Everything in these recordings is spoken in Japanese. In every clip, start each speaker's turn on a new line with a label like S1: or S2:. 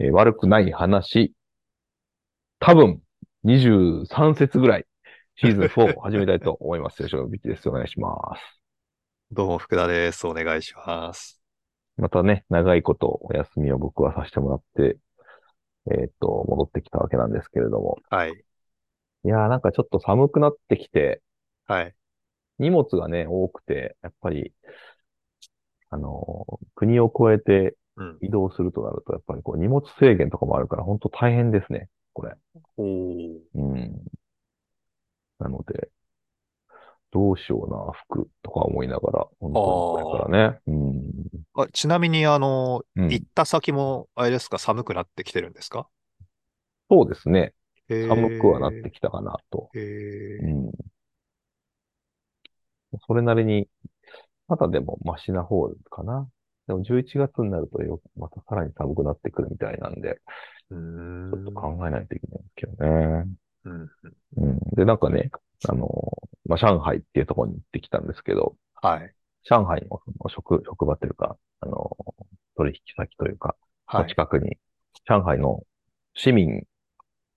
S1: えー悪くない話、多分、23節ぐらい、シーズン4を始めたいと思います。よろしくお願いです。お願いします。
S2: どうも、福田です。お願いします。
S1: またね、長いことお休みを僕はさせてもらって、えっと、戻ってきたわけなんですけれども。
S2: はい。
S1: いやーなんかちょっと寒くなってきて、
S2: はい。
S1: 荷物がね、多くて、やっぱり、あのー国を越えて
S2: うん。
S1: 移動するとなると、やっぱりこう荷物制限とかもあるから、本当大変ですね、これ。
S2: おー。
S1: うん。なので、どうしような、服とか思いながら、本当にこれからね。うん。
S2: あ、ちなみに、あの、
S1: うん
S2: 行った先も、あれですか、寒くなってきてるんですか
S1: そうですね。寒
S2: 寒
S1: くはなってきたかなと。
S2: え
S1: う
S2: ー、
S1: ん。それなりに、まだでもマシな方かな。でも11月になるとよ、またさらに寒くなってくるみたいなんで、
S2: うー
S1: ちょっ
S2: ん
S1: と。考えないといけないんですけどね。
S2: うん
S1: うん。で、なんかね、あの、まあ、上海っていうところに行ってきたんですけど、
S2: はい。
S1: 上海のその職、職場というか、あの、取引先というか、
S2: は
S1: の
S2: い。
S1: 近くに、上海の市民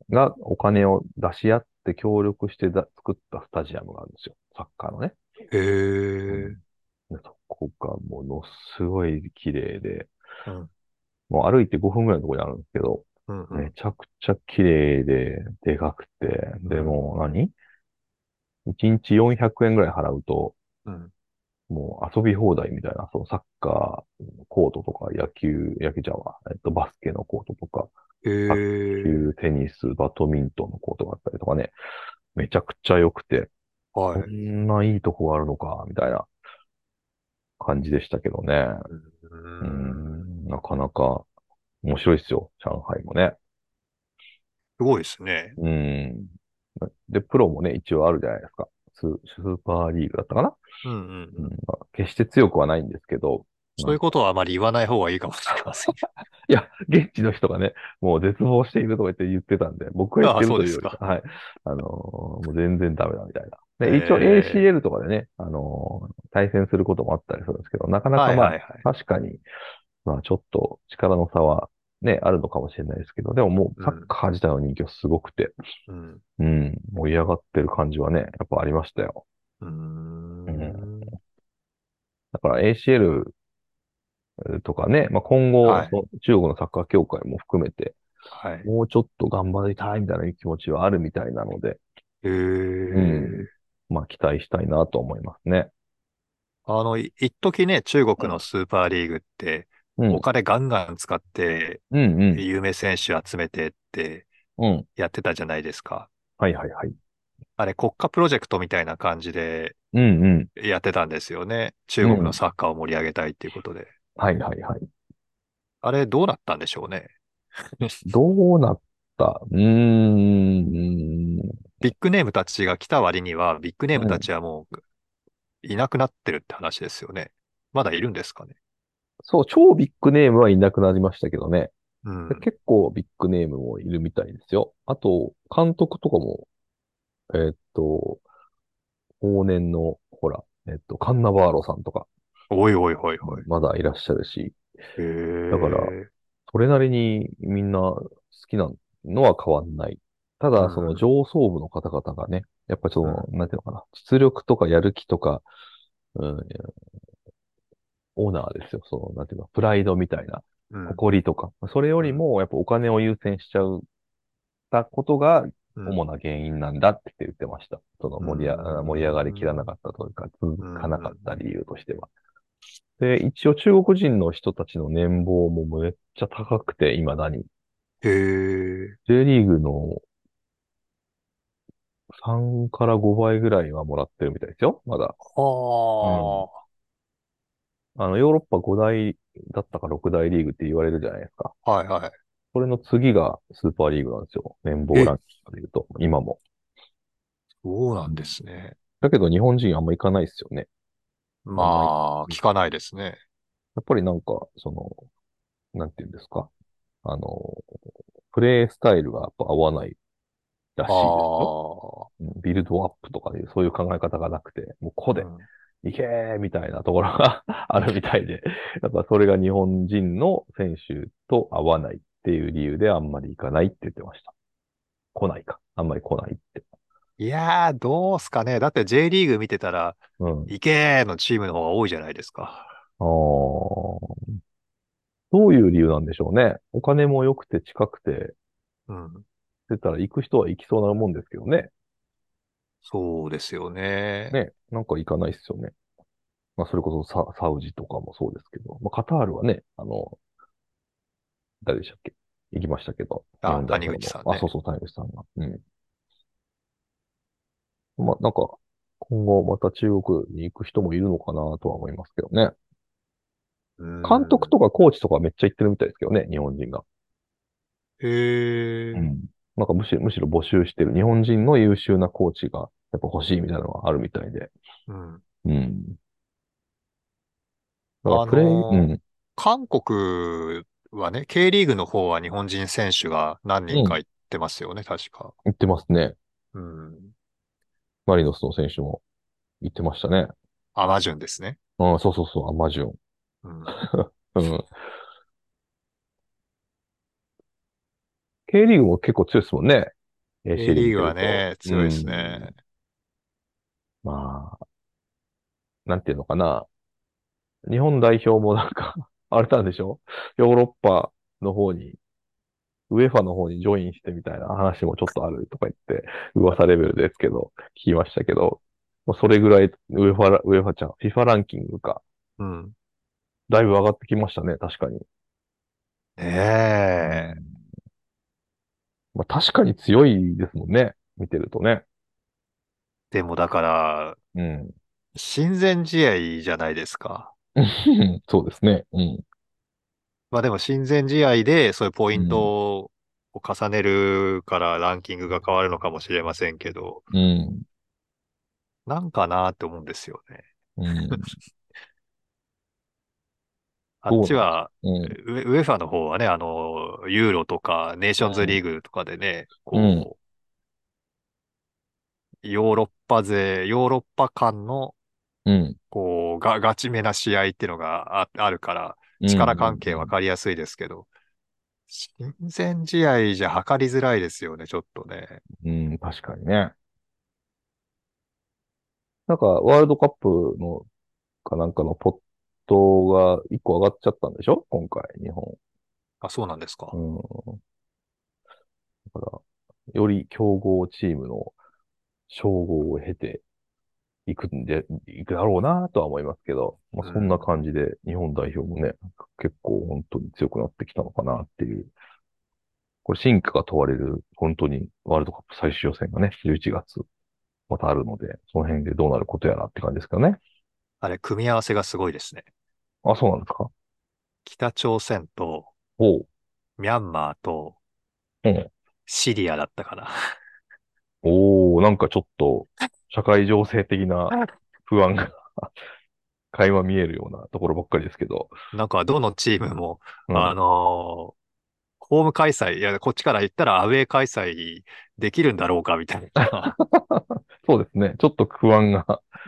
S1: がお金を出し合って協力してだ作ったスタジアムがあるんですよ。サッカーのね。
S2: えー、
S1: でそこがものすごい綺麗で、
S2: うん
S1: もう歩いて5分ぐらいのところにあるんですけど、
S2: うんう
S1: め
S2: ん。
S1: ちゃくちゃ綺麗で、でかくて、で
S2: うん
S1: もう何 ?1 日400円ぐらい払うと、
S2: うん。
S1: もう遊び放題みたいな、そのサッカーのコートとか、野球、野球じゃんわ、えっと、バスケのコートとか、
S2: えー、
S1: 球テニス、バドミントンのコートがあったりとかね、めちゃくちゃ良くて、
S2: は
S1: こ
S2: い。
S1: んないいとこがあるのか、みたいな感じでしたけどね。
S2: う
S1: うー
S2: ん。
S1: ん、なかなか面白いですよ、上海もね。
S2: すごいですね。
S1: うーん。で、プロもね、一応あるじゃないですか。ススーパーリーグだったかな、
S2: うんう
S1: うん
S2: うんん。
S1: まあ決して強くはないんですけど、
S2: そういうことはあまり言わない方がいいかもしれません。
S1: いや、 現地の人がね、もう絶望しているとか言って言ってたんで、僕が言ってるというより
S2: あ
S1: か
S2: そ、
S1: はい。あのーもう全然ダメだみたいな。
S2: へ
S1: で、
S2: ー
S1: 一応 ACL とかでね、あのー対戦することもあったりするんですけど、なかな
S2: は
S1: か
S2: い
S1: まあ、
S2: はいはい。
S1: 確かに、まあちょっと力の差はね、あるのかもしれないですけど、でももうサッカー自体の人気はすごくて、
S2: うん。
S1: うん、盛り上がってる感じはね、やっぱありましたよ。
S2: うーん。
S1: だから ACL とかね、まあ今後、
S2: はい
S1: その中国のサッカー協会も含めて、
S2: はい。
S1: もうちょっと頑張りたいみたいな気持ちはあるみたいなので、
S2: えー。
S1: うんまあ期待したいなと思いますね。
S2: あの、い一時ね、中国のスーパーリーグって、
S1: うん
S2: お。金ガンガン使って、
S1: うんうん。
S2: 有名選手集めてって
S1: うん。
S2: やってたじゃないですか。
S1: はいはいはい。
S2: あれ、国家プロジェクトみたいな感じで
S1: うんうん。
S2: やってたんですよね。中国のサッカーを盛り上げたいっていうことで。
S1: はいはいはい。
S2: あれ、どうなったんでしょ うね。
S1: どうなったうーん。
S2: ビッグネームたちが来た割には、ビッグネームたちはもういなくなってるって話ですよね。まだいるんですかね。
S1: そう、超ビッグネームはいなくなりましたけどね。
S2: うん。
S1: 結構ビッグネームもいるみたいですよ。あと、監督とかも、えーっと、往年の、ほら、えーっと、カンナバーロさんとか、
S2: おいおいおいおい。
S1: まだいらっしゃるし、
S2: へー
S1: だからそれなりにみんな好きなのは変わんない。ただ、その上層部の方々がね、やっぱりその、なんていうのかな、実力とかやる気とか、うん、オーナーですよ。その、なんていうの、プライドみたいな、
S2: うん
S1: 誇りとか。それよりも、やっぱお金を優先しちゃう。たことが
S2: うん
S1: 主な原因なんだって言ってました。その盛りあ
S2: うん
S1: 盛り上がりきらなかったというか、続かなかった理由としては。で、一応中国人の人たちの年俸もめっちゃ高くて、未だに。
S2: へー
S1: J リーグの3から5倍ぐらいはもらってるみたいですよ、まだ。
S2: あ
S1: あの、ヨーロッパ5大だったか6大リーグって言われるじゃないですか。
S2: あ、はいはい。
S1: それの次がスーパーリーグなんですよ。年俸ランキングで言うと、今も。
S2: そうなんですね。
S1: だけど日本人あんま行かないですよね。
S2: まあ、聞かないですね。
S1: やっぱりなんか、その、なんていうんですか。あの、プレイスタイルがやっぱ合わないらしいです
S2: あ
S1: よ。
S2: あ、
S1: うんビルドアップとかでそういう考え方がなくて、もう個で
S2: うん
S1: 行けーみたいなと ころがあるみたいで、やっぱそれが日本人の選手と合わないっっていう理由であんまり行かないって言ってました。来ないか。あんまり来ないって。
S2: いやー、どうすかね。だって J リーグ見てたら、
S1: うん。
S2: 行けーのチームの方が多いじゃないですか。
S1: ああ。どういう理由なんでしょうね。お金も良くて近くて、
S2: うん。
S1: 出たら行く人は行きそうなもんですけどね。
S2: そうですよね。
S1: ね。なんか行かないっすよね。まあ、それこそササウジとかもそうですけど、まあ、カタールはね、あの、誰でしたっけ行きましたけど。
S2: あ
S1: 日本代表の
S2: 谷口さんね
S1: あ、そうそう、谷口さんが。うん。まあ、なんか、今後また中国に行く人もいるのかなとは思いますけどね。
S2: うん
S1: 監督とかコーチとかめっちゃ行ってるみたいですけどね、日本人が。
S2: へー
S1: なんかむしろ、むしろ募集してる。日本人の優秀なコーチがやっぱ欲しいみたいなのがあるみたいで。
S2: うん。
S1: うん。だからプレイ、
S2: あの
S1: う
S2: ー
S1: ん。
S2: 韓国はね、K リーグの方は日本人選手が何人か行ってますよね、確か。
S1: 行ってますね。
S2: うん。
S1: マリノスの選手も行ってましたね。
S2: アマジュンですね。
S1: うん、そうそうそう、アマジュン。
S2: うん。
S1: うん。K リーグも結構強いですもんね。A
S2: K リーグはね、強いですね。
S1: まあ、なんていうのかな。日本代表もなんか、 あれなんでしょヨーロッパの方に、ウェファの方にジョインしてみたいな話もちょっとあるとか言って、噂レベルですけど、聞きましたけど、まあ、それぐらいウェファラ、ウェファちゃん、FIFA ランキングか、
S2: うん。ね
S1: だいぶ上がってきましたね、確かに。
S2: え。
S1: まあ、確かに強いですもんね、見てるとね。
S2: でもだから、
S1: うん。
S2: 親善試合じゃないですか。
S1: そうですね。うん。
S2: まあでも親善試合でそういうポイントを重ねるからランキングが変わるのかもしれませんけど、
S1: うん。
S2: なんかなって思うんですよね。
S1: うん。
S2: あっちは、
S1: うん
S2: ウ。ェウェファの方はね、あの、ユーロとかネーションズリーグとかでね、こう、
S1: うん
S2: ヨーロッパ勢、ヨーロッパ間の、
S1: うん。
S2: こう、が、ガチめな試合っていうのがあ、あるから、
S1: うん
S2: 力関係わかりやすいですけど、親善試合じゃ測りづらいですよね、ちょっとね。
S1: うん、確かにね。なんか、ワールドカップの、かなんかのポットが一個上がっちゃったんでしょ今回、日本。
S2: あ、そうなんですか。
S1: うん。だから、より強豪チームの称号を経ていくんで、いくだろうなとは思いますけど、まあ、そんな感じで日本代表もね、結構本当に強くなってきたのかなっていう。これ、進化が問われる、本当にワールドカップ最終予選がね、11月、またあるので、その辺でどうなることやらって感じですけどね。
S2: あれ、組み合わせがすごいですね。
S1: あ、そうなんですか
S2: 北朝鮮と、
S1: おう。
S2: ミャンマーと
S1: うん、
S2: シリアだったかな。
S1: おー、なんかちょっと、社会情勢的 な不安が、 垣間見えるようなところばっかりですけど。
S2: なんか、どのチームも、
S1: うん
S2: あのーホーム開催、いや、こっちから言ったらアウェー開催できるんだろうか、みたい な。
S1: そうですね。ちょっと不安が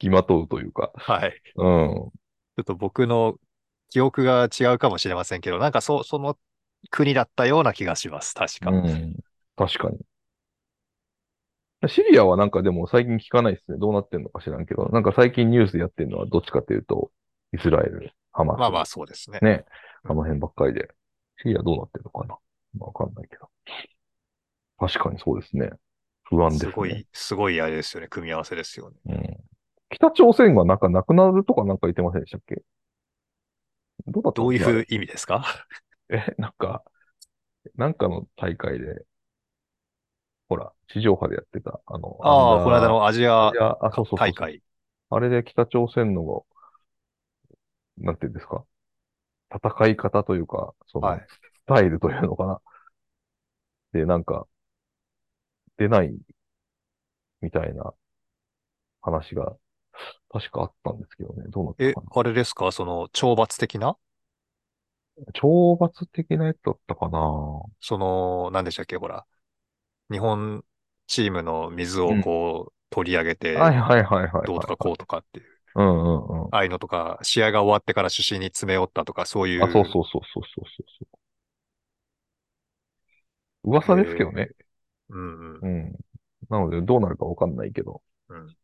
S1: 付きまとうというか。
S2: はい。ち
S1: うん。
S2: ょっと僕の記憶が違うかもしれませんけど、なんかそ、その国だったような気がします、確か。
S1: うん、確かに。シリアはなんかでも最近聞かないですね。どうなってんのか知らんけど。なんか最近ニュースやってるのはどっちかというと、イスラエル、ハマス。
S2: まあまあ、そうですね。
S1: ね。あの辺ばっかりで。シリアどうなってるのかなまあわかんないけど。確かにそうですね。不安です
S2: す
S1: ね。
S2: ごい、すごいあれですよね、組み合わせですよね。
S1: うん。北朝鮮がなんかなくなるとかなんか言ってませんでしたっけどうだった
S2: どうい
S1: かな
S2: う意味ですか
S1: え、なんか、なんかの大会で、ほら、地上波でやってた、あの、
S2: あ
S1: アンダ
S2: あ、
S1: ー
S2: この間のアジア
S1: いや、あ、そうそうそう
S2: 大会。
S1: あれで北朝鮮の、なんていうんですか、戦い方というか、その、
S2: はい
S1: スタイルというのかな。で、なんか、出ない、みたいな話が、確かあったんですけどね。どうなった
S2: え
S1: かな、。
S2: あれですかその、懲罰的な
S1: 懲罰的なやつだったかな
S2: その、何でしたっけ、ほら、日本チームの水をこう取り上げて、
S1: はいはいはいはい。
S2: どうとかこうとかっていう、
S1: うんうんうん。
S2: ああいうのとか、試合が終わってから主審に詰め寄ったとか、そういう、
S1: あ、そうそうそうそうそうそうそう。噂ですけどね。
S2: うんうん
S1: う。ん。なので、どうなるかわかんないけど。
S2: うん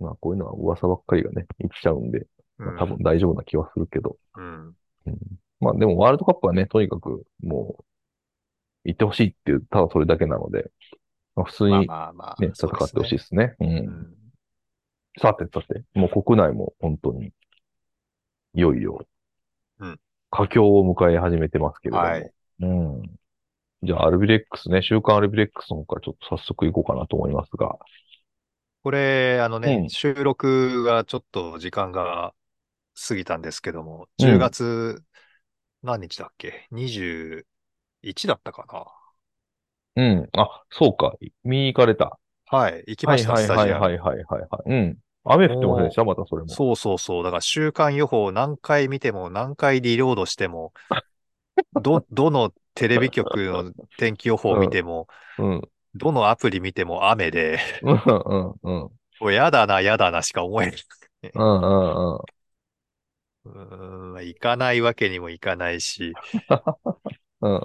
S1: まあ、こういうのは噂ばっかりがね、生きちゃうんで、まあ多分
S2: う
S1: 大丈夫な気はするけど。
S2: ん。うん。
S1: まあ、でもワールドカップはね、とにかく、もう、行ってほしいっていう、ただそれだけなので、まあ、普通
S2: まあ
S1: に
S2: まあまあ、
S1: ね、戦ってほしいですね。う
S2: い
S1: ん。さてさて、もう国内も本当に、いよいよ
S2: うん、
S1: 佳境を迎え始めてますけれども。
S2: はい
S1: うん。じゃあ、アルビレックスね、週刊アルビレックスの方からちょっと早速行こうかなと思いますが。
S2: これ、あの
S1: うん
S2: ね、収録がちょっと時間が過ぎたんですけども、
S1: うん
S2: 10月何日だっけ ?21 だったかな
S1: うん。あ、そうか。見に行かれた。
S2: はい、行きま
S1: はい
S2: した、
S1: はい
S2: スタ
S1: はい
S2: ジアム。
S1: はいはいはいはい。うん。雨降ってませんでしたまたそれも。
S2: そうそうそう。だから週間予報を何回見ても何回リロードし ても、ど、どのテレビ局の天気予報を見ても、
S1: うん。
S2: どのアプリ見ても雨で、
S1: うんうんうん。
S2: もうやだな、やだなしか思えない。
S1: うんうんうん。
S2: うーん、行かないわけにもいかないし、
S1: うん。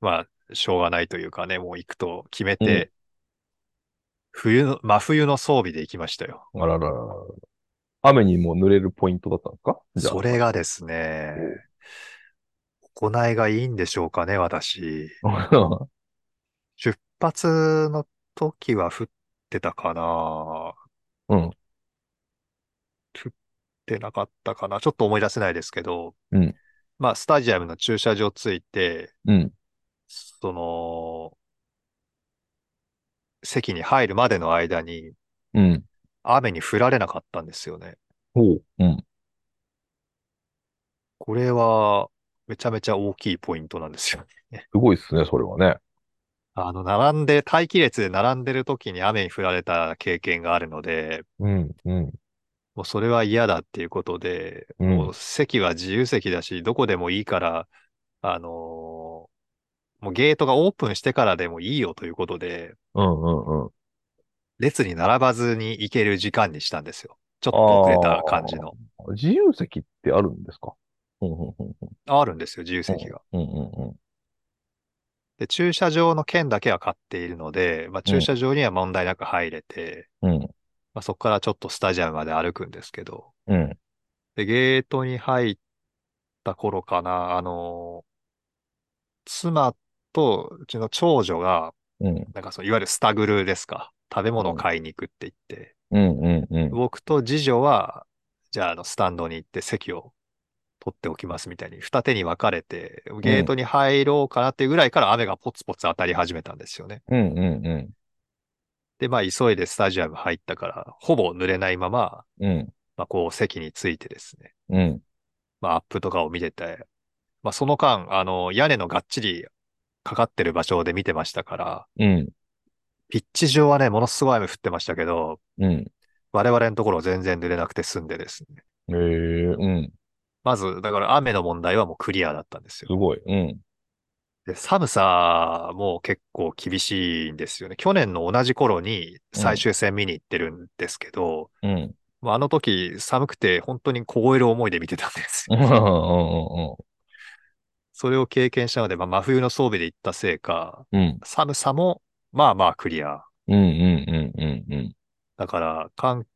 S2: まあ、しょうがないというかね、もう行くと決め
S1: う
S2: て、冬の、真冬の装備で行きましたよ。
S1: あらららら。雨にも濡れるポイントだったんですかじゃあ。
S2: それがですね、行いがいいんでしょうかね、私。出発の時は降ってたかな
S1: うん
S2: 降ってなかったかなちょっと思い出せないですけど、
S1: うん
S2: まあ、スタジアムの駐車場ついて、
S1: うん。
S2: その、席に入るまでの間に
S1: うん。
S2: 雨に降られなかったんですよね。
S1: ほう。うん。
S2: これはめちゃめちゃ大きいポイントなんですよね。
S1: すごいっすね、それはね。
S2: あの、並んで、待機列で並んでる時に雨に降られた経験があるので、
S1: うん。うん。
S2: もうそれは嫌だっていうことで、
S1: うん
S2: もう席は自由席だし、どこでもいいから、あのーもうゲートがオープンしてからでもいいよということで、
S1: うんうんうん。
S2: 列に並ばずに行ける時間にしたんですよ。ちょっと遅れた感じの。
S1: 自由席ってあるんですかうんうんうん
S2: あるんですよ、自由席が。
S1: うんうん
S2: で、駐車場の券だけは買っているので、まあ、駐車場には問題なく入れて、
S1: うん。うん。
S2: まあ、そこからちょっとスタジアムまで歩くんですけど、
S1: うん。
S2: で、ゲートに入った頃かな、あのー妻とうちの長女が、
S1: うん。
S2: なんかそのいわゆるスタグルですか。食べ物を買いに行くって言って、
S1: うんうんうん。
S2: 僕と次女は、じゃああのスタンドに行って席を取っておきますみたいに、二手に分かれて、ゲートに入ろうかなっていうぐらいから雨がポツポツ当たり始めたんですよね。
S1: うんうんうん。
S2: で、まあ急いでスタジアム入ったから、ほぼ濡れないまま、
S1: うん。
S2: まあこう席についてですね、
S1: うん。
S2: まあアップとかを見てて、まあその間、あの屋根のがっちりかかってる場所で見てましたから、
S1: うん。
S2: ピッチ上はね、ものすごい雨降ってましたけど、
S1: うん。
S2: 我々のところは全然濡れなくて済んでですね。
S1: ええうん。
S2: まず、だから雨の問題はもうクリアだったんです
S1: す
S2: よ。
S1: ごい。うん。
S2: で、寒さも結構厳しいんですよね。去年の同じ頃に最終戦見に行ってるんですけど、
S1: うん。
S2: もうあの時寒くて本当に凍える思いで見てたんです
S1: うん。う
S2: よ。
S1: ん。うん
S2: それを経験したので、まあ、真冬の装備で行ったせいか、
S1: うん。
S2: 寒さもまあまあクリア。
S1: うん。うん。うん。うん。うん。
S2: だから、感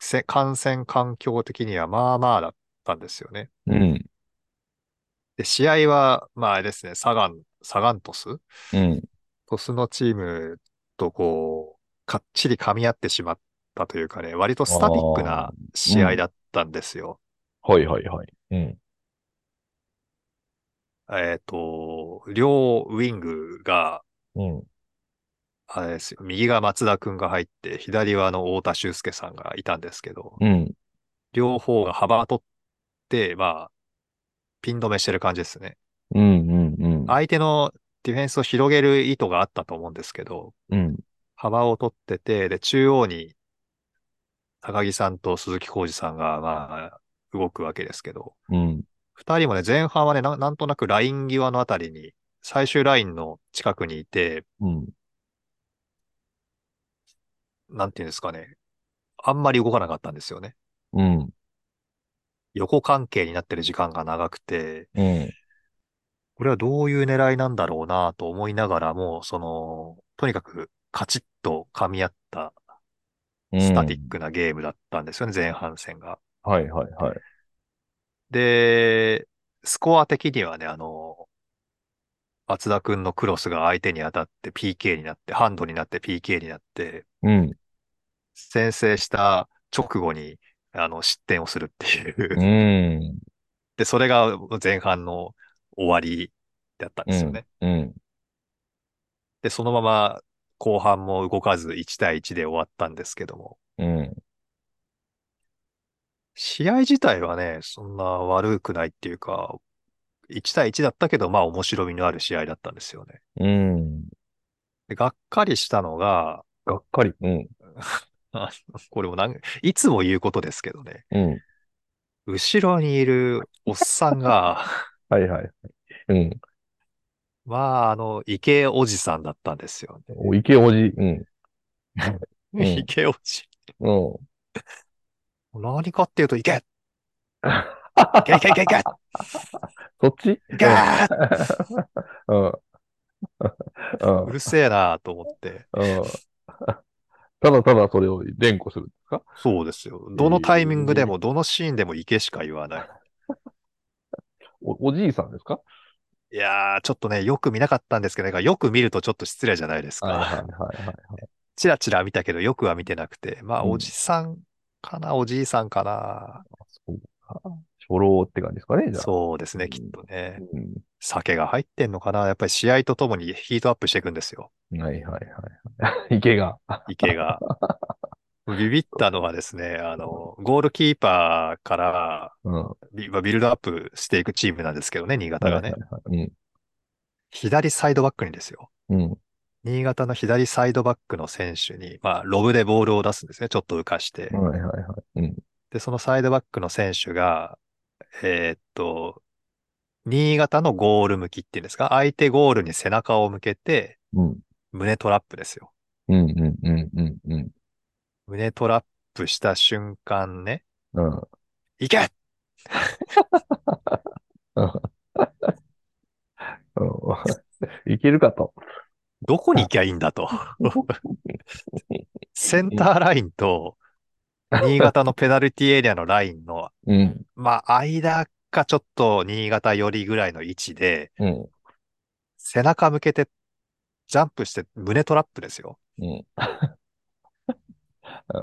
S2: 染、感染環境的にはまあまあだったんですよね。
S1: うん。
S2: で、試合は、まああれですね、サガン、サガン鳥栖
S1: うん。
S2: 鳥栖のチームとこう、かっちり噛み合ってしまったというかね、割とスタティック
S1: あ
S2: な試合だったんですよ。
S1: はいはいはい。うん。
S2: えっと、両ウィングが、
S1: うん。
S2: あれですよ、右が松田くんが入って、左はあの太田修介さんがいたんですけど、
S1: うん。
S2: 両方が幅取って、まあ、ピン止めしてる感じですね。
S1: うん。うん。うん。
S2: 相手のディフェンスを広げる意図があったと思うんですけど、
S1: うん。
S2: 幅を取ってて、で、中央に高木さんと鈴木浩二さんが、まあ、動くわけですけど、
S1: うん。
S2: 二人もね、前半はね、ななんとなくライン際のあたりに、最終ラインの近くにいて、
S1: うん。
S2: なんていうんですかね、あんまり動かなかったんですよね。
S1: うん。
S2: 横関係になってる時間が長くて、
S1: うん。
S2: これはどういう狙いなんだろうなと思いながらも、その、とにかくカチッと噛み合ったスタティックなゲームだったんですよね、前半戦が。
S1: うん。はいはいはい。
S2: で、スコア的にはね、あの、松田くんのクロスが相手に当たって PK になって、ハンドになって PK になって、
S1: うん。
S2: 先制した直後に、あの、失点をするっていう。
S1: うん。
S2: で、それが前半の終わりだったんですよね。
S1: うん。
S2: で、そのまま後半も動かず1対1で終わったんですけども、
S1: うん。
S2: 試合自体はね、そんな悪くないっていうか、1対1だったけど、まあ面白みのある試合だったんですよね。
S1: うん。
S2: で、がっかりしたのが、
S1: がっかり。うん。
S2: あのこれもなん、いつも言うことですけどね、
S1: うん。
S2: 後ろにいるおっさんが、
S1: はいはい。うん。
S2: まあ、あの、池江おじさんだったんですよね。
S1: お池おじ。うん。うん
S2: 池江おじ。
S1: うん。
S2: 何かっていうと、池江池江池江池江
S1: そっち
S2: 池江
S1: うん。うん。
S2: う
S1: うん。
S2: るせえなと思って。
S1: ただただそれを連呼するんですか
S2: そうですよ。どのタイミングでも、どのシーンでも池しか言わない。
S1: お、おじいさんですか
S2: いやー、ちょっとね、よく見なかったんですけど、ね、よく見るとちょっと失礼じゃないです
S1: はいはい
S2: か。
S1: はいはい。
S2: チラチラ見たけど、よくは見てなくて。まあ、
S1: うん
S2: おじさんかな、おじいさんかな。
S1: そうか。初老って感じですかね、じゃあ。
S2: そうですね、きっとね。
S1: う
S2: 酒が入ってんのかな。やっぱり試合とともにヒートアップしていくんですよ。
S1: ん。はいはいはい。 池が。
S2: 池 が。ビビったのはですね、あの、ゴールキーパーから
S1: うん。
S2: ビまあビルドアップしていくチームなんですけどね、新潟がね。
S1: はいはいはい
S2: 左サイドバックにですよ。
S1: うん。うん。
S2: 新潟の左サイドバックの選手に、まあ、ロブでボールを出すんですね。ちょっと浮かして。
S1: はいはいはい。うん。
S2: で、そのサイドバックの選手が、えーっと、新潟のゴール向きっていうんですか、相手ゴールに背中を向けて、
S1: うん。
S2: 胸トラップですよ。
S1: うんうんうんうんうん。
S2: 胸トラップした瞬間ね、
S1: うん。
S2: 行け
S1: いけるかと。
S2: どこに行きゃいいんだと。センターラインと、新潟のペナルティエリアのラインの、
S1: うん。
S2: まあ、間かちょっと新潟寄りぐらいの位置で、
S1: うん。
S2: 背中向けて、ジャンプして胸トラップですよ。
S1: うん。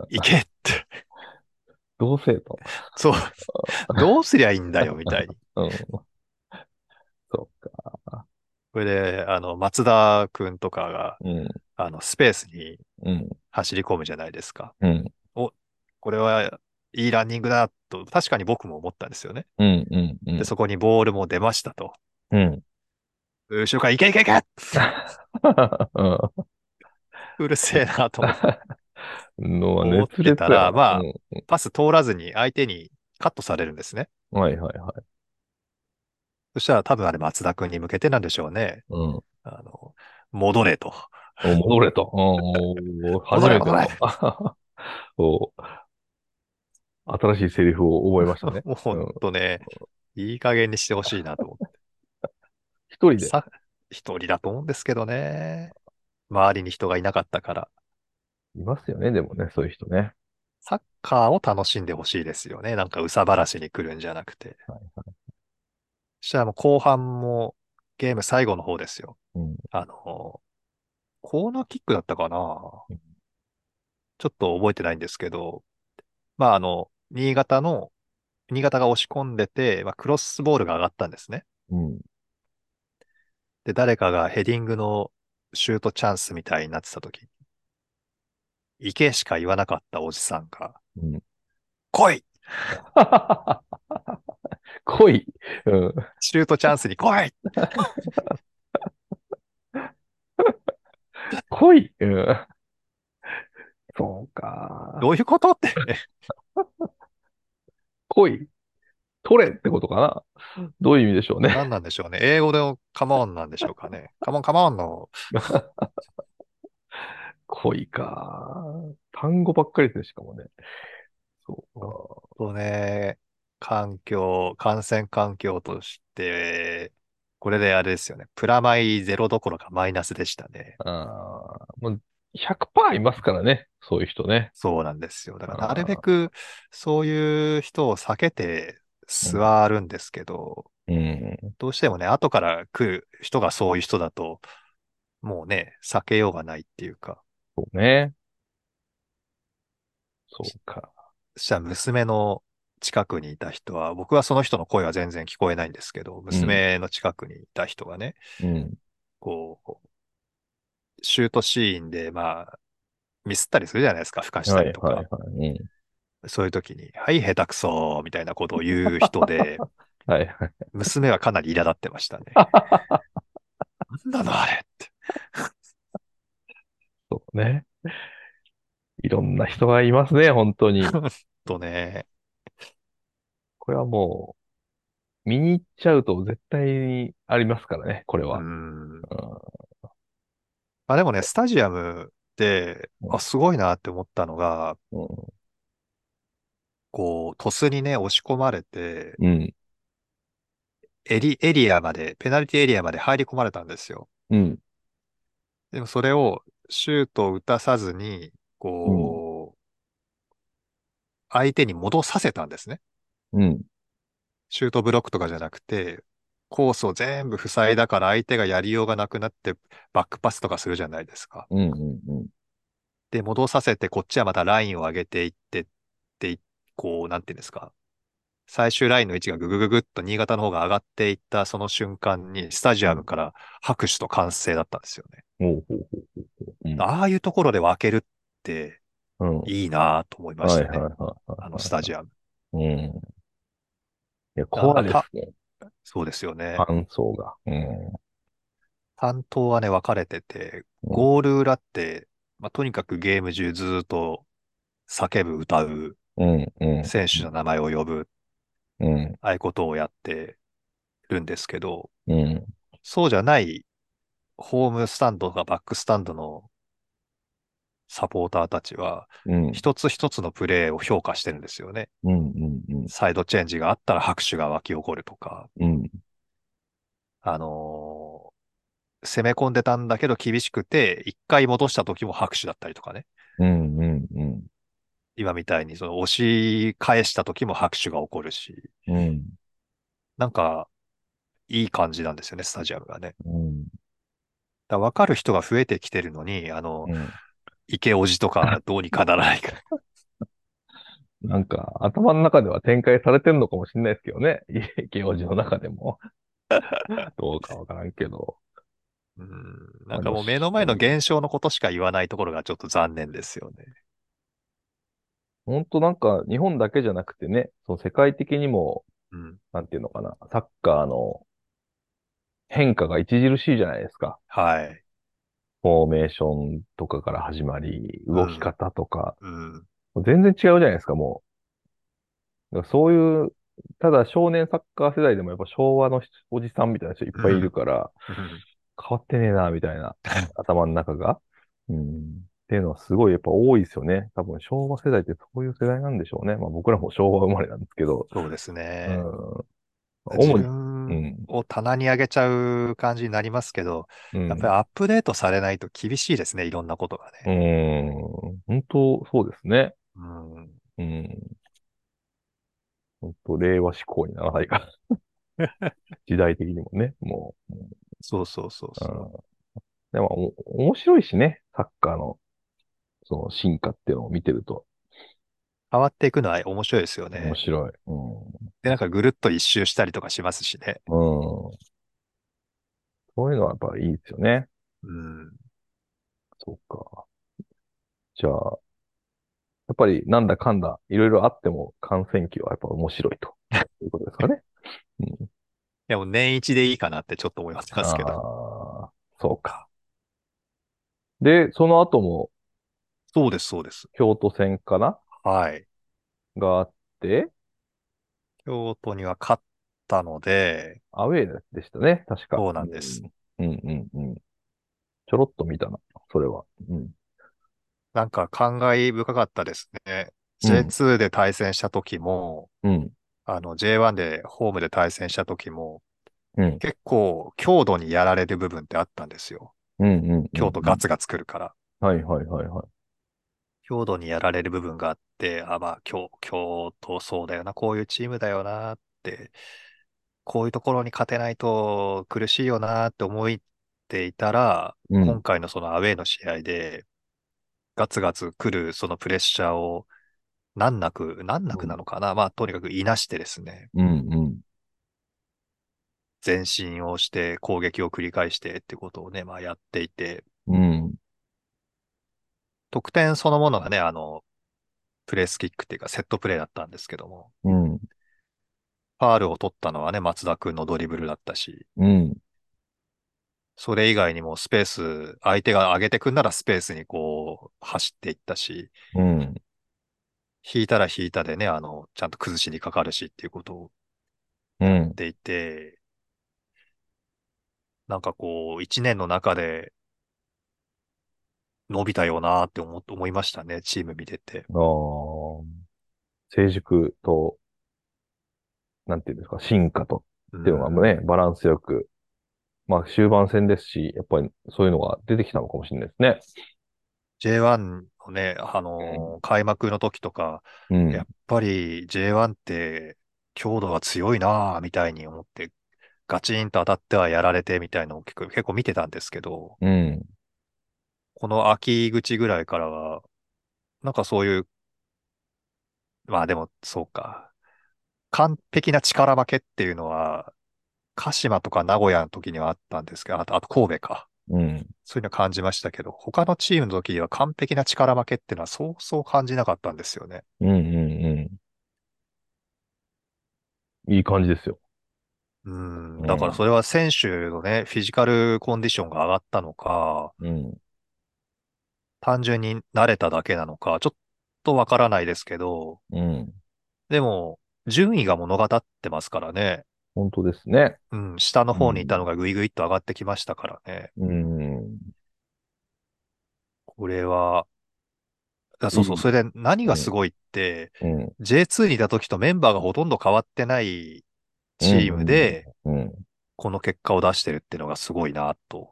S2: 行け って。
S1: どうせと。
S2: そう。どうすりゃいいんだ よ、みたいに。
S1: うん。そうか。
S2: これで、あの、松田くんとかが、
S1: うん。
S2: あの、スペースに
S1: うん。
S2: 走り込むじゃないですか。
S1: うん。
S2: これは、いいランニングだと、確かに僕も思ったんですよね。
S1: うん。うん。うん。
S2: で、そこにボールも出ましたと。
S1: うん。
S2: 後ろから行け行け 行け
S1: う
S2: うるせえなと思 って、
S1: ん。のは
S2: 思ってたらまあ
S1: うん
S2: パス通らずに相手にカットされるんですね。
S1: はいはいはい。
S2: そしたら多分あれ松田君に向けてなんでしょうね。
S1: うん。
S2: あの、戻れと。
S1: お戻れと。うん、お初めて
S2: 戻 れ
S1: のお新しいセリフを覚えましたね
S2: 。もうほんとね、いい加減にしてほしいなと思っ
S1: 一人
S2: て。
S1: で。
S2: さ、一人だと思うんですけどね。周りに人がいなかったから、
S1: いますよね、でもね、そういう人ね。
S2: サッカーを楽しんでほしいですよね。なんかうさばらしに来るんじゃなくて。
S1: はい
S2: そしたらもう後半もゲーム最後の方ですよ。
S1: うん
S2: あの、コーナーキックだったかな、
S1: うん
S2: ちょっと覚えてないんですけど、まああの、新潟の、新潟が押し込んでて、まあ、クロスボールが上がったんですね。
S1: うん。
S2: で、誰かがヘディングのシュートチャンスみたいになってた時に、池しか言わなかったおじさんが、
S1: うん、
S2: 来い
S1: 濃い。うん。
S2: シュートチャンスに来 い
S1: 濃い。うん。そうか。
S2: どういうことって。
S1: 濃い。取れってことかな。どういう意味でしょうね。
S2: 何なんでしょうね。英語でのカモンなんでしょうかね。カモンカモンの
S1: 濃いか。単語ばっかりですね、しかもね。そうか。
S2: とね、環境、感染環境として、これであれですよね。プラマイゼロどころかマイナスでしたね。
S1: あーもう100%いますからね、そういう人ね。
S2: そうなんですよ。だから、
S1: あ
S2: な
S1: ー
S2: るべく、そういう人を避けて座るんですけど、
S1: うん。
S2: どうしてもね、後から来る人がそういう人だと、もうね、避けようがないっていうか、
S1: そうね。そうか。
S2: そしたら娘の近くにいた人は、僕はその人の声は全然聞こえないんですけど、娘の近くにいた人がね、
S1: うん。
S2: こう、シュートシーンで、まあ、ミスったりするじゃないですか、俯瞰した
S1: はい
S2: りとか。
S1: はいはい。うん
S2: そういう時に、はい、下手くそーみたいなことを言う 人で、
S1: はいはい。
S2: 娘はかなり苛立ってまし たね。なんなのあれって。
S1: そうね。いろんな人がいますね、本当 に。
S2: とね、
S1: これはもう、見に行っちゃうと絶対にありますからね、これ
S2: う
S1: は。
S2: ん。
S1: うん
S2: まあでもね、スタジアムって、
S1: うん
S2: あ、すごいなって思ったのが、
S1: うん。
S2: こう、トスにね、押し込まれて、
S1: うん。
S2: エリ、エリアまで、ペナルティエリアまで入り込まれたんですよ。
S1: うん。
S2: でもそれをシュートを打たさずに、こう、相手に戻させたんですね。
S1: うん。
S2: シュートブロックとかじゃなくて、コースを全部塞いだから相手がやりようがなくなってバックパスとかするじゃないですか。
S1: うん。うん。
S2: で、戻させてこっちはまたラインを上げていってってい、こう、なんていうんですか。最終ラインの位置がぐぐぐぐっと新潟の方が上がっていったその瞬間にスタジアムから拍手と歓声だったんですよね。
S1: うん。ほうほうほうほうほう。うん
S2: ああいうところで分けるって
S1: うん。
S2: いいなぁと思いまし
S1: は
S2: た
S1: い
S2: ね。
S1: はいはいはい。
S2: あのスタジアム。
S1: うん。いや、怖いですね、
S2: そうですよね。
S1: 感想が。うん。
S2: 担当はね、分かれてて、ゴール裏って、まあ、とにかくゲーム中ずーっと叫ぶ、歌う、
S1: うん、うん、
S2: 選手の名前を呼ぶ、
S1: うん、
S2: ああいうことをやってるんですけど、
S1: うん。
S2: そうじゃない、ホームスタンドかバックスタンドのサポーターたちは、
S1: うん、
S2: 一つ一つのプレーを評価してるんですよね。
S1: うん、うん、うん、
S2: サイドチェンジがあったら拍手が沸き起こるとか、
S1: うん、
S2: あのー攻め込んでたんだけど厳しくて、一回戻した時も拍手だったりとかね。
S1: うん、うん、うん、
S2: 今みたいにその押し返した時も拍手が起こるし、
S1: うん、
S2: なんか、いい感じなんですよね、スタジアムがね。
S1: うん、
S2: だから分かる人が増えてきてるのに、あの、
S1: うん。
S2: 池おじとかどうにかならないか。
S1: なんか、頭の中では展開されてるのかもしれないですけどね。 池王子の中でも。どうかわからんけど。
S2: うん、なんかもう目の前の現象のことしか言わないところがちょっと残念ですよね。
S1: ほんとなんか、日本だけじゃなくてね、その世界的にも、
S2: うん。
S1: なんていうのかな、サッカーの変化が著しいじゃないですか。
S2: はい。
S1: フォーメーションとかから始まり、動き方とか、
S2: うん。
S1: 全然違うじゃないですか、もう。だからそういう、ただ少年サッカー世代でもやっぱ昭和のおじさんみたいな人いっぱいいるから、変わってねえな、みたい な、頭の中が。うん。っていうのはすごいやっぱ多いですよね。多分昭和世代ってそういう世代なんでしょうね。まあ僕らも昭和生まれなんですけど。
S2: そうです
S1: う
S2: ね。
S1: ん。
S2: 自
S1: 主に、う
S2: 分
S1: ん。
S2: を棚に上げちゃう感じになりますけど、
S1: うん。
S2: やっぱりアップデートされないと厳しいですね、いろんなことが
S1: う
S2: ね。
S1: ん。本当、そうですね。
S2: うん。
S1: うん。本当、令和志向にならない から。時代的にもね、もう。
S2: そうそうそう
S1: う
S2: そ
S1: ん
S2: う。
S1: でも、お面白いしね、サッカーの、その進化っていうのを見てると、
S2: 変わっていくのは面白いですよね
S1: 面。白い。う
S2: で、なんかぐるっと一周したりとかしますしね。
S1: ん。うん。そういうのはやっぱいいですよね。
S2: うん。
S1: そうか。じゃあ、やっぱりなんだかんだ、いろいろあっても感染期はやっぱ面白い と。いうことですかね。うん。
S2: でも年一でいいかなってちょっと思いますけど。
S1: ああ、そうか。で、その後も
S2: そうです、そうです。
S1: 京都戦かな
S2: はい。
S1: があって、
S2: 京都には勝ったので、
S1: アウェーでしたね、確か。
S2: そうなんです。
S1: うん、うん、うん。ちょろっと見たな、それは。うん。
S2: なんか感慨深かったですね。
S1: うん
S2: J2 で対戦した時も、
S1: うん。
S2: あの J1 でホームで対戦した時も、
S1: うん。
S2: 結構強度にやられる部分ってあったんですよ。
S1: うんうんうん。
S2: 強度ガツガツ来るから。
S1: はいはいはいはい。
S2: 強度にやられる部分があって、あ、まあ、強、強とそうだよな、こういうチームだよなって、こういうところに勝てないと苦しいよなって思っていたら、
S1: うん。
S2: 今回のそのアウェイの試合で、ガツガツ来るそのプレッシャーを、難なく、難なくなのかな、まあ、とにかくいなしてですね、
S1: うんうん。
S2: 前進をして攻撃を繰り返してってことをね、まあ、やっていて、
S1: うん。
S2: 得点そのものがね、あの、プレースキックっていうかセットプレーだったんですけども、
S1: うん。
S2: ファールを取ったのはね、松田君のドリブルだったし、
S1: うん。
S2: それ以外にもスペース、相手が上げてくんならスペースにこう、走っていったし、
S1: うん。
S2: 引いたら引いたでね、あの、ちゃんと崩しにかかるしっていうことを
S1: うん
S2: 言っ。ていて、なんかこう、一年の中で、伸びたよなって思、思いましたね、チーム見てて。
S1: ああ。成熟と、なんていうんですか、進化と
S2: うん
S1: っていうのがね、バランスよく、まあ終盤戦ですし、やっぱりそういうのが出てきたのかもしれないですね。
S2: J1 のね、あのー開幕の時とか、
S1: うん。
S2: やっぱり J1 って強度が強いなぁ、みたいに思って、ガチンと当たってはやられてみたいのを結構結構見てたんですけど、
S1: うん。
S2: この秋口ぐらいからは、なんかそういう、まあでもそうか、完璧な力負けっていうのは、鹿島とか名古屋の時にはあったんですけど、あと、あと神戸か。
S1: うん。
S2: そういうのは感じましたけど、他のチームの時は完璧な力負けっていうのはそうそう感じなかったんですよね。
S1: うん。うん。うん。いい感じですよ。
S2: うん
S1: う。ん
S2: だからそれは選手のね、フィジカルコンディションが上がったのか、
S1: うん。
S2: 単純に慣れただけなのか、ちょっとわからないですけど、
S1: うん。
S2: でも、順位が物語ってますからね。
S1: 本当ですね。
S2: うん、下の方にいたのがぐいぐいっと上がってきましたからね。
S1: うん。
S2: これは、あそうそうう、
S1: ん
S2: それで何がすごいって、
S1: うん。
S2: J2 にいた時とメンバーがほとんど変わってないチームで、
S1: うん。
S2: この結果を出してるっていうのがすごいなと。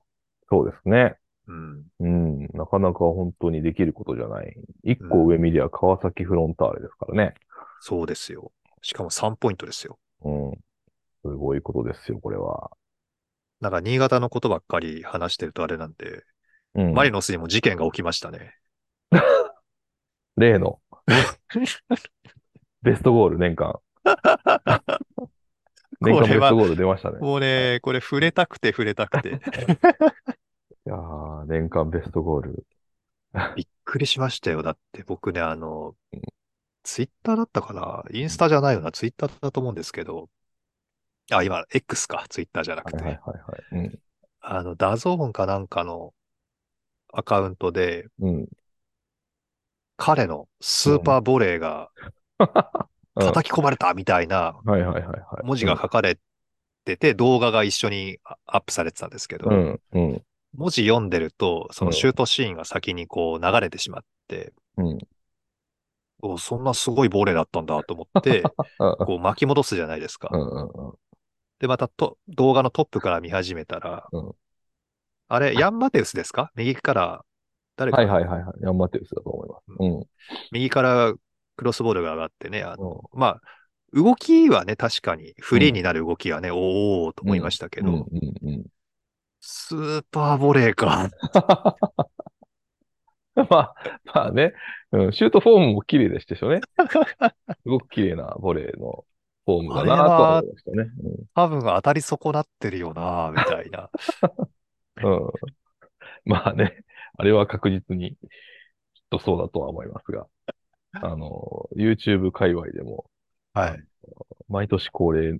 S1: そうですね。
S2: うん。
S1: うん。なかなか本当にできることじゃない。一個上見りゃ川崎フロンターレですからね。
S2: そうですよ。しかも3ポイントですよ。
S1: うん。すごいことですよ、これは。
S2: なんか新潟のことばっかり話してるとあれなんで、
S1: うん。
S2: マリノスにも事件が起きましたね。
S1: 例 の。ベストゴール年間。年間ベストゴール出ましたね。
S2: もうね、これ触れたくて触れたくて。
S1: いやー、年間ベストゴール。
S2: びっくりしましたよ。だって僕ね、あの、ツイッターだったかなインスタじゃないよな、ツイッターだと思うんですけど、あ、今、X か、ツイッターじゃなく
S1: はいはい
S2: て、
S1: はいはい。
S2: あの、ダゾーンかなんかのアカウントで、
S1: うん。うん。
S2: 彼のスーパーボレ ーが叩き込まれたみたいな
S1: はいはいはいはい。
S2: 文字が書かれてて、動画が一緒にアアップされてたんですけど、
S1: うん。うん。
S2: 文字読んでると、その
S1: うん
S2: シュートシーンが先にこう流れてしまって、
S1: うん
S2: おそんなすごいボレーだったんだと思 って、
S1: うん。
S2: こう巻き戻すじゃないですか。
S1: うんうんうん。
S2: で、またと動画のトップから見始めたら、
S1: うん
S2: あれ、ヤンマテウスですか右から、誰か、
S1: はいはいはいはい。ヤンマテウスだと思います。うん。
S2: 右からクロスボールが上がってね、あのまあ、動きはね、確かに、フリーになる動きはね、おーおーと思いましたけ
S1: うん。
S2: ど、
S1: うん。 うん。
S2: スーパーボレーか。
S1: まあ、まあね、うん、シュートフォームも綺麗でしたし ね。すごく綺麗なボレーのフォームだなとは思いましたね。
S2: 多分当たり損なってるよな、みたいな。
S1: うん。うん まあね、あれは確実に、きっとそうだとは思いますが、あの、YouTube 界隈でも、
S2: はい。
S1: 毎年恒例、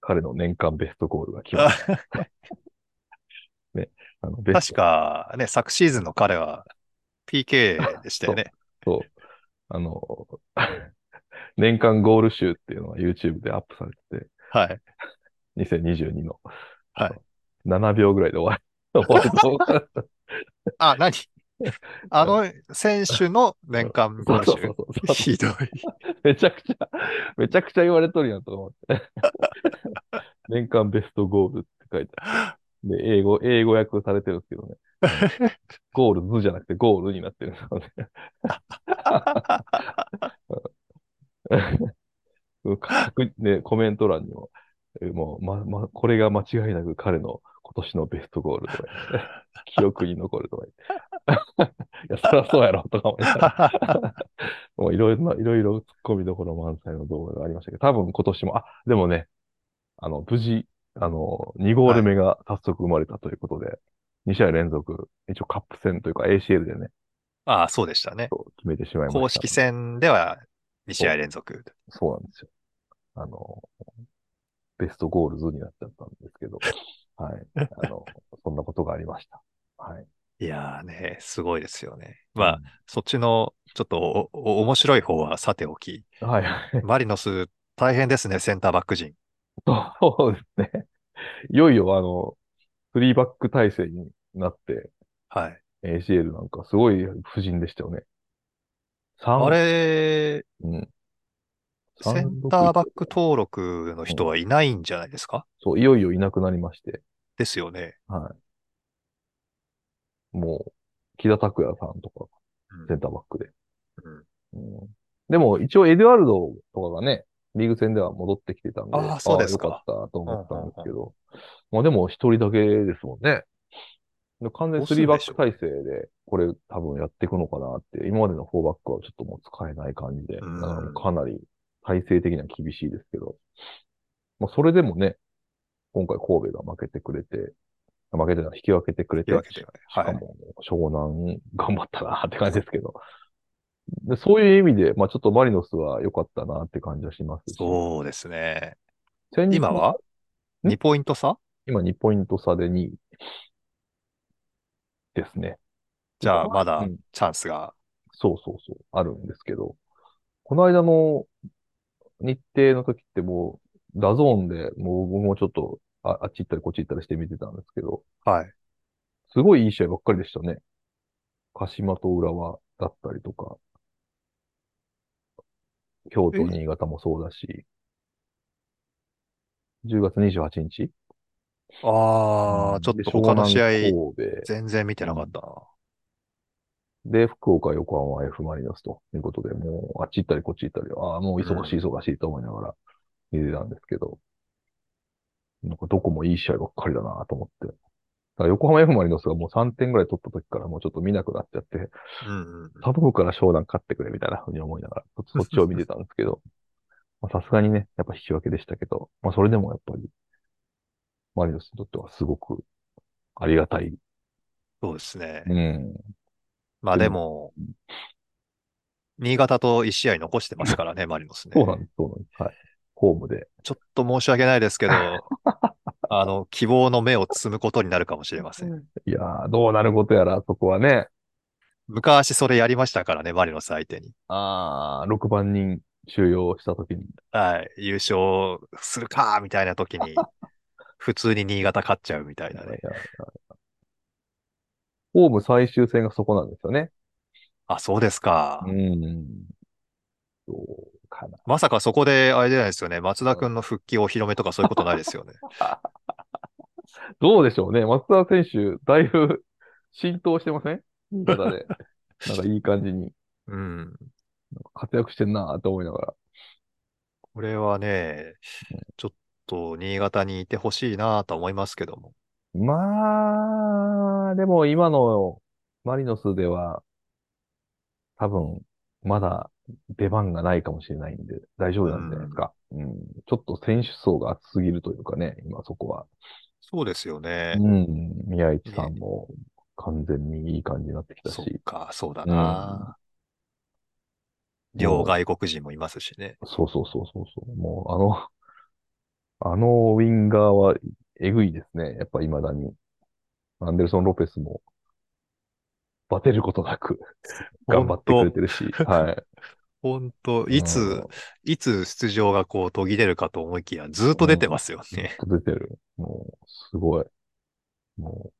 S1: 彼の年間ベストゴールが決まる。ね、あの、ベス
S2: 確
S1: ト
S2: か、ね、昨シーズンの彼は PK でしたよね。
S1: そう。あの、 年間ゴール集っていうのが YouTube でアップされてて、
S2: はい。
S1: 2022の。
S2: はい
S1: 7秒ぐらいで終わる。終わると。
S2: あ、何あの選手の年間ゴール
S1: そうそう
S2: 集。
S1: そうそう。
S2: ひどい。
S1: めちゃくちゃ、めちゃくちゃ言われとるやんと思って。 年間ベストゴールって書いてある。で、英語、英語訳されてるんですけどね。ゴールズじゃなくてゴールになってるんです よね。各ね、コメント欄にも、えもう、ま、ま、これが間違いなく彼の今年のベストゴールとか言って、記憶に残るとか言って。 いや、そりゃそうやろ、とか思いながらもういろいろな、いろいろ突っ込みどころ満載の動画がありましたけど、多分今年も、あ、でもね、あの、無事、あの、2ゴール目が早速生まれたということで、2試合連続、一応カップ戦というか ACL でね、
S2: ああ、そうでしたね。
S1: そう決めてしまいました。
S2: 公式戦では2試合連続。
S1: そうなんですよ。あの、ベストゴールズになっちゃったんですけ ど、はい。あの、そんなことがありました。はい。
S2: いやーね、すごいですよね。まあ、そっちのちょっとおお面白い方はさておき、
S1: あ、はい はい。
S2: マリノス大変ですね、センターバック陣。
S1: そうですね。いよいよあの、スリーバック体制になって、
S2: はい。
S1: ACL なんかすごい不尽でしたよね。三
S2: あれ、
S1: うん。
S2: セ
S1: 三
S2: ンターバック
S1: 六
S2: 登録の人はいないんじゃないですか
S1: そう、いよいよいなくなりまして、
S2: ですよね。
S1: もう、木田拓也さんとか、
S2: うん
S1: センターバックで。
S2: うん
S1: うんでも、一応エドワルドとかがね、リーグ戦では戻ってきてたんで、
S2: あーそうですか
S1: あーよかったと思ったんですけど、まあでも一人だけですもんね。で完全にスリーバック体制で、これ多分やっていくのかなって、今までのフォーバックはちょっともう使えない感じで、だか
S2: うん
S1: らもうかなり体制的には厳しいですけど、まあそれでもね、今回神戸が負けてくれて、負けてない、引き分けてくれ
S2: と
S1: て、
S2: いうわけで、は
S1: しか
S2: い。
S1: も、湘南頑張ったなって感じですけど。でそういう意味で、まあちょっとマリノスは良かったなって感じはしますし。
S2: そうですね。
S1: 先日
S2: 今は
S1: ん
S2: ?2 ポイント差
S1: 今2ポイント差で2位ですね。
S2: じゃあまだ
S1: うん
S2: チャンスが。
S1: そうそうそう、あるんですけど。この間の日程の時ってもう、ダゾーンでもう僕もちょっとああっち行ったりこっち行ったりして見てたんですけど、
S2: はい。
S1: すごいいい試合ばっかりでしたね。鹿島と浦和だったりとか、京都、
S2: え
S1: 新潟もそうだし、10月28日
S2: ああ、ちょっと他の試合
S1: で湘南神戸
S2: 全然見てなかったな。
S1: で、福岡、横浜、F ・マリノスということで、もうあっち行ったりこっち行ったり、ああ、もう忙しい忙しいと思いながら見てたんですけど、なんかどこもいい試合ばっかりだなと思って。だから横浜 F ・マリノスがもう3点ぐらい取った時からもうちょっと見なくなっちゃって、
S2: うんうんうん。
S1: サブから湘南勝ってくれみたいなふうに思いながら、そそっちを見てたんですけど、まあさすがにね、やっぱ引き分けでしたけど、まあそれでもやっぱり、マリノスにとってはすごくありがたい。
S2: そうですね。
S1: うん。
S2: まあでも、新潟と1試合残してますからね、マリノスね。
S1: そうなんです、そうなんです。はい。ホームで。
S2: ちょっと申し訳ないで すけど、あの、希望の目を摘むことになるかもしれません。
S1: いやー、どうなることやら、そこはね、
S2: 昔それやりましたからね、マリノス相手に。
S1: あー、6番人収容した時に。
S2: はい、優勝するかみたいな時 に、普通に新潟勝っちゃうみたいなね。
S1: ホーム最終戦がそこなんですよね。
S2: あ、そうですか
S1: う。ん。どうかな。
S2: まさかそこで、あれじゃないですよね、松田くんの復帰お披露目とかそういうことないですよね。
S1: どうでしょうね。松田選手、だいぶ 浸透してません新潟で。なんかいい感じに
S2: うん。
S1: 活躍してんなーって思いながら。
S2: これはね、ちょっと新潟にいてほしいなとは思いますけども。
S1: まあ、でも今のマリノスでは、多分、まだ出番がないかもしれないんで、大丈夫なんじゃないですか。うん。ちょっと選手層が厚すぎるというかね、今そこは。
S2: そうですよね
S1: う。ん。宮市さんも完全にいい感じになってきた
S2: そっ
S1: し。
S2: か、そうだな。両外国人もいますしね。
S1: そうそうそうそうそう。もう、あの、 あのウィンガーはえぐいですね。やっぱ未だに。アンデルソン・ロペスも、バテることな く頑張ってくれてるし、はい。
S2: 本当 いつ、いつ出場がこう途切れるかと思いきや、ずっと出てますよね。
S1: うん、出てる。もう、すごい。も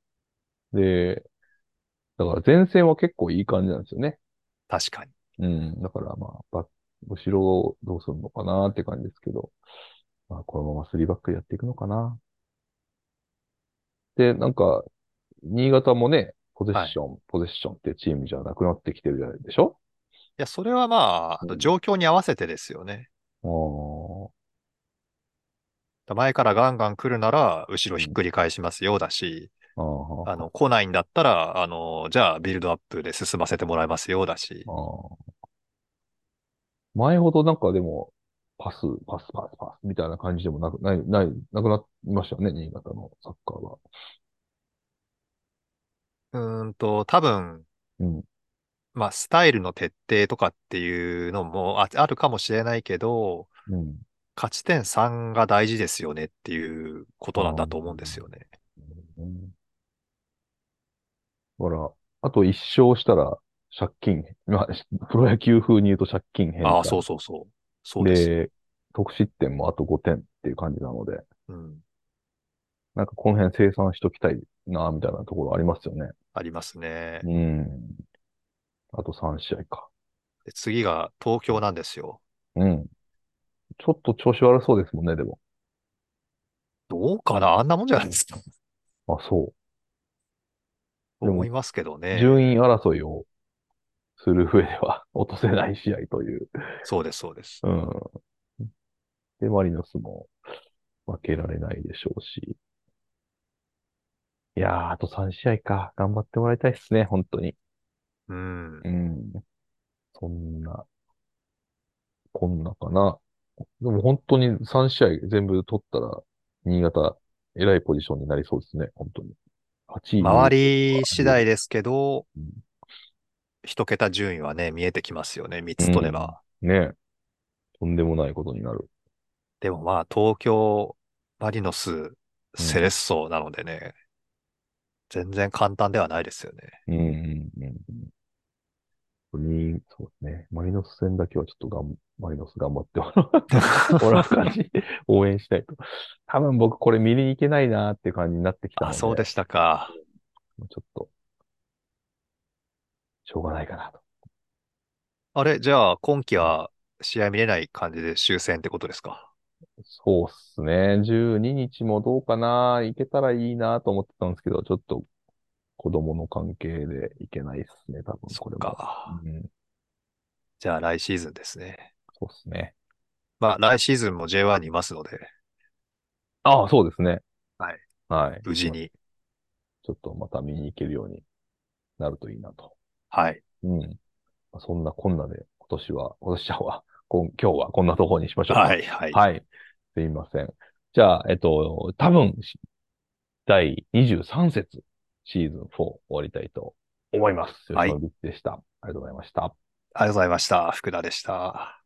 S1: う。で、だから前線は結構いい感じなんですよね。
S2: 確かに。
S1: うん。だからまあ、バ後ろをどうするのかなって感じですけど。まあ、このまま3バックでやっていくのかな。で、なんか、新潟もね、ポゼッション、ポゼッションってチームじゃなくなってきてるじゃないでしょ
S2: や、それはまあ、あと状況に合わせてですよね。
S1: あー
S2: 前からガンガン来るなら、後ろひっくり返しますよだし、
S1: あー
S2: あの、来ないんだったら、あの、じゃあビルドアップで進ませてもらいますよだし
S1: あ、ー前ほどなんかでも、パス、パス、パス、パスみたいな感じでもなく、ない、ない、なくなりましたよね、新潟のサッカーは。
S2: うーんと、多分、
S1: うん。
S2: まあ、スタイルの徹底とかっていうのもあ、あるかもしれないけど、
S1: うん。
S2: 勝ち点3が大事ですよねっていうことなんだと思うんですよね。
S1: うんだから、あと一勝したら借金、まあ、 プロ野球風に言うと借金返
S2: ああ、
S1: 済
S2: そうそうそう。そうです。
S1: で、得失点もあと5点っていう感じなので、
S2: うん。
S1: なんかこの辺生産しときたいな、みたいなところありますよね。
S2: ありますね。
S1: うん。あと3試合か。
S2: で次が東京なんですよ。
S1: うん。ちょっと調子悪そうですもんね、でも。
S2: どうかなあんなもんじゃないですか。
S1: あ、そでも
S2: 思いますけど
S1: う。
S2: ね。
S1: 順位争いをする上では落とせない試合という。
S2: そうです、そうです。
S1: うん。で、マリノスも負けられないでしょうし。いやー、あと3試合か。頑張ってもらいたいですね、本当に。
S2: うん。
S1: うん。そんな、こんなかな。でも本当に3試合全部取ったら、新潟、えらいポジションになりそうですね、本当に。8位。
S2: 周り次第ですけど
S1: うん、
S2: 一桁順位はね、見えてきますよね。3つ取れば。
S1: ね。とんでもないことになる。
S2: でもまあ、東京、マリノス、セレッソなのでね、全然簡単ではないですよね。
S1: うん、うん、うんうん。に、そうですね。マリノス戦だけはちょっとがん、マリノス頑張ってもらうもらう感 じ、応援したいと。多分僕これ見に行けないなーっていう感じになってきたの
S2: あ、そう
S1: で
S2: でしたか。
S1: もうちょっと、しょうがないかなと。
S2: あれ、じゃあ、今季は試合見れない感じで終戦ってことですか。
S1: そうっすね。12日もどうかな。行けたらいいなと思ってたんですけど、ちょっと子供の関係で行けないっすね。多分
S2: そ
S1: これ
S2: っ
S1: も。
S2: か。
S1: うん、
S2: じゃあ、来シーズンですね。
S1: そうっすね。
S2: まあ、来シーズンも J1 にいますので、
S1: ああ、そうですね。
S2: はい。
S1: はい。
S2: 無事。に。
S1: ちょっとまた見に行けるようになるといいなと。
S2: はい。
S1: うん。まあそんなこんなで、今年は、 今年は、こん今日はこんなところにしましょうか。
S2: はい、はい。
S1: はい。すいません。じゃあ、えっと、多分、し第23節、シーズン4終わりたいと思います。
S2: はい
S1: 吉野口でした。ありがとうございました。
S2: ありがとうございました。福田でした。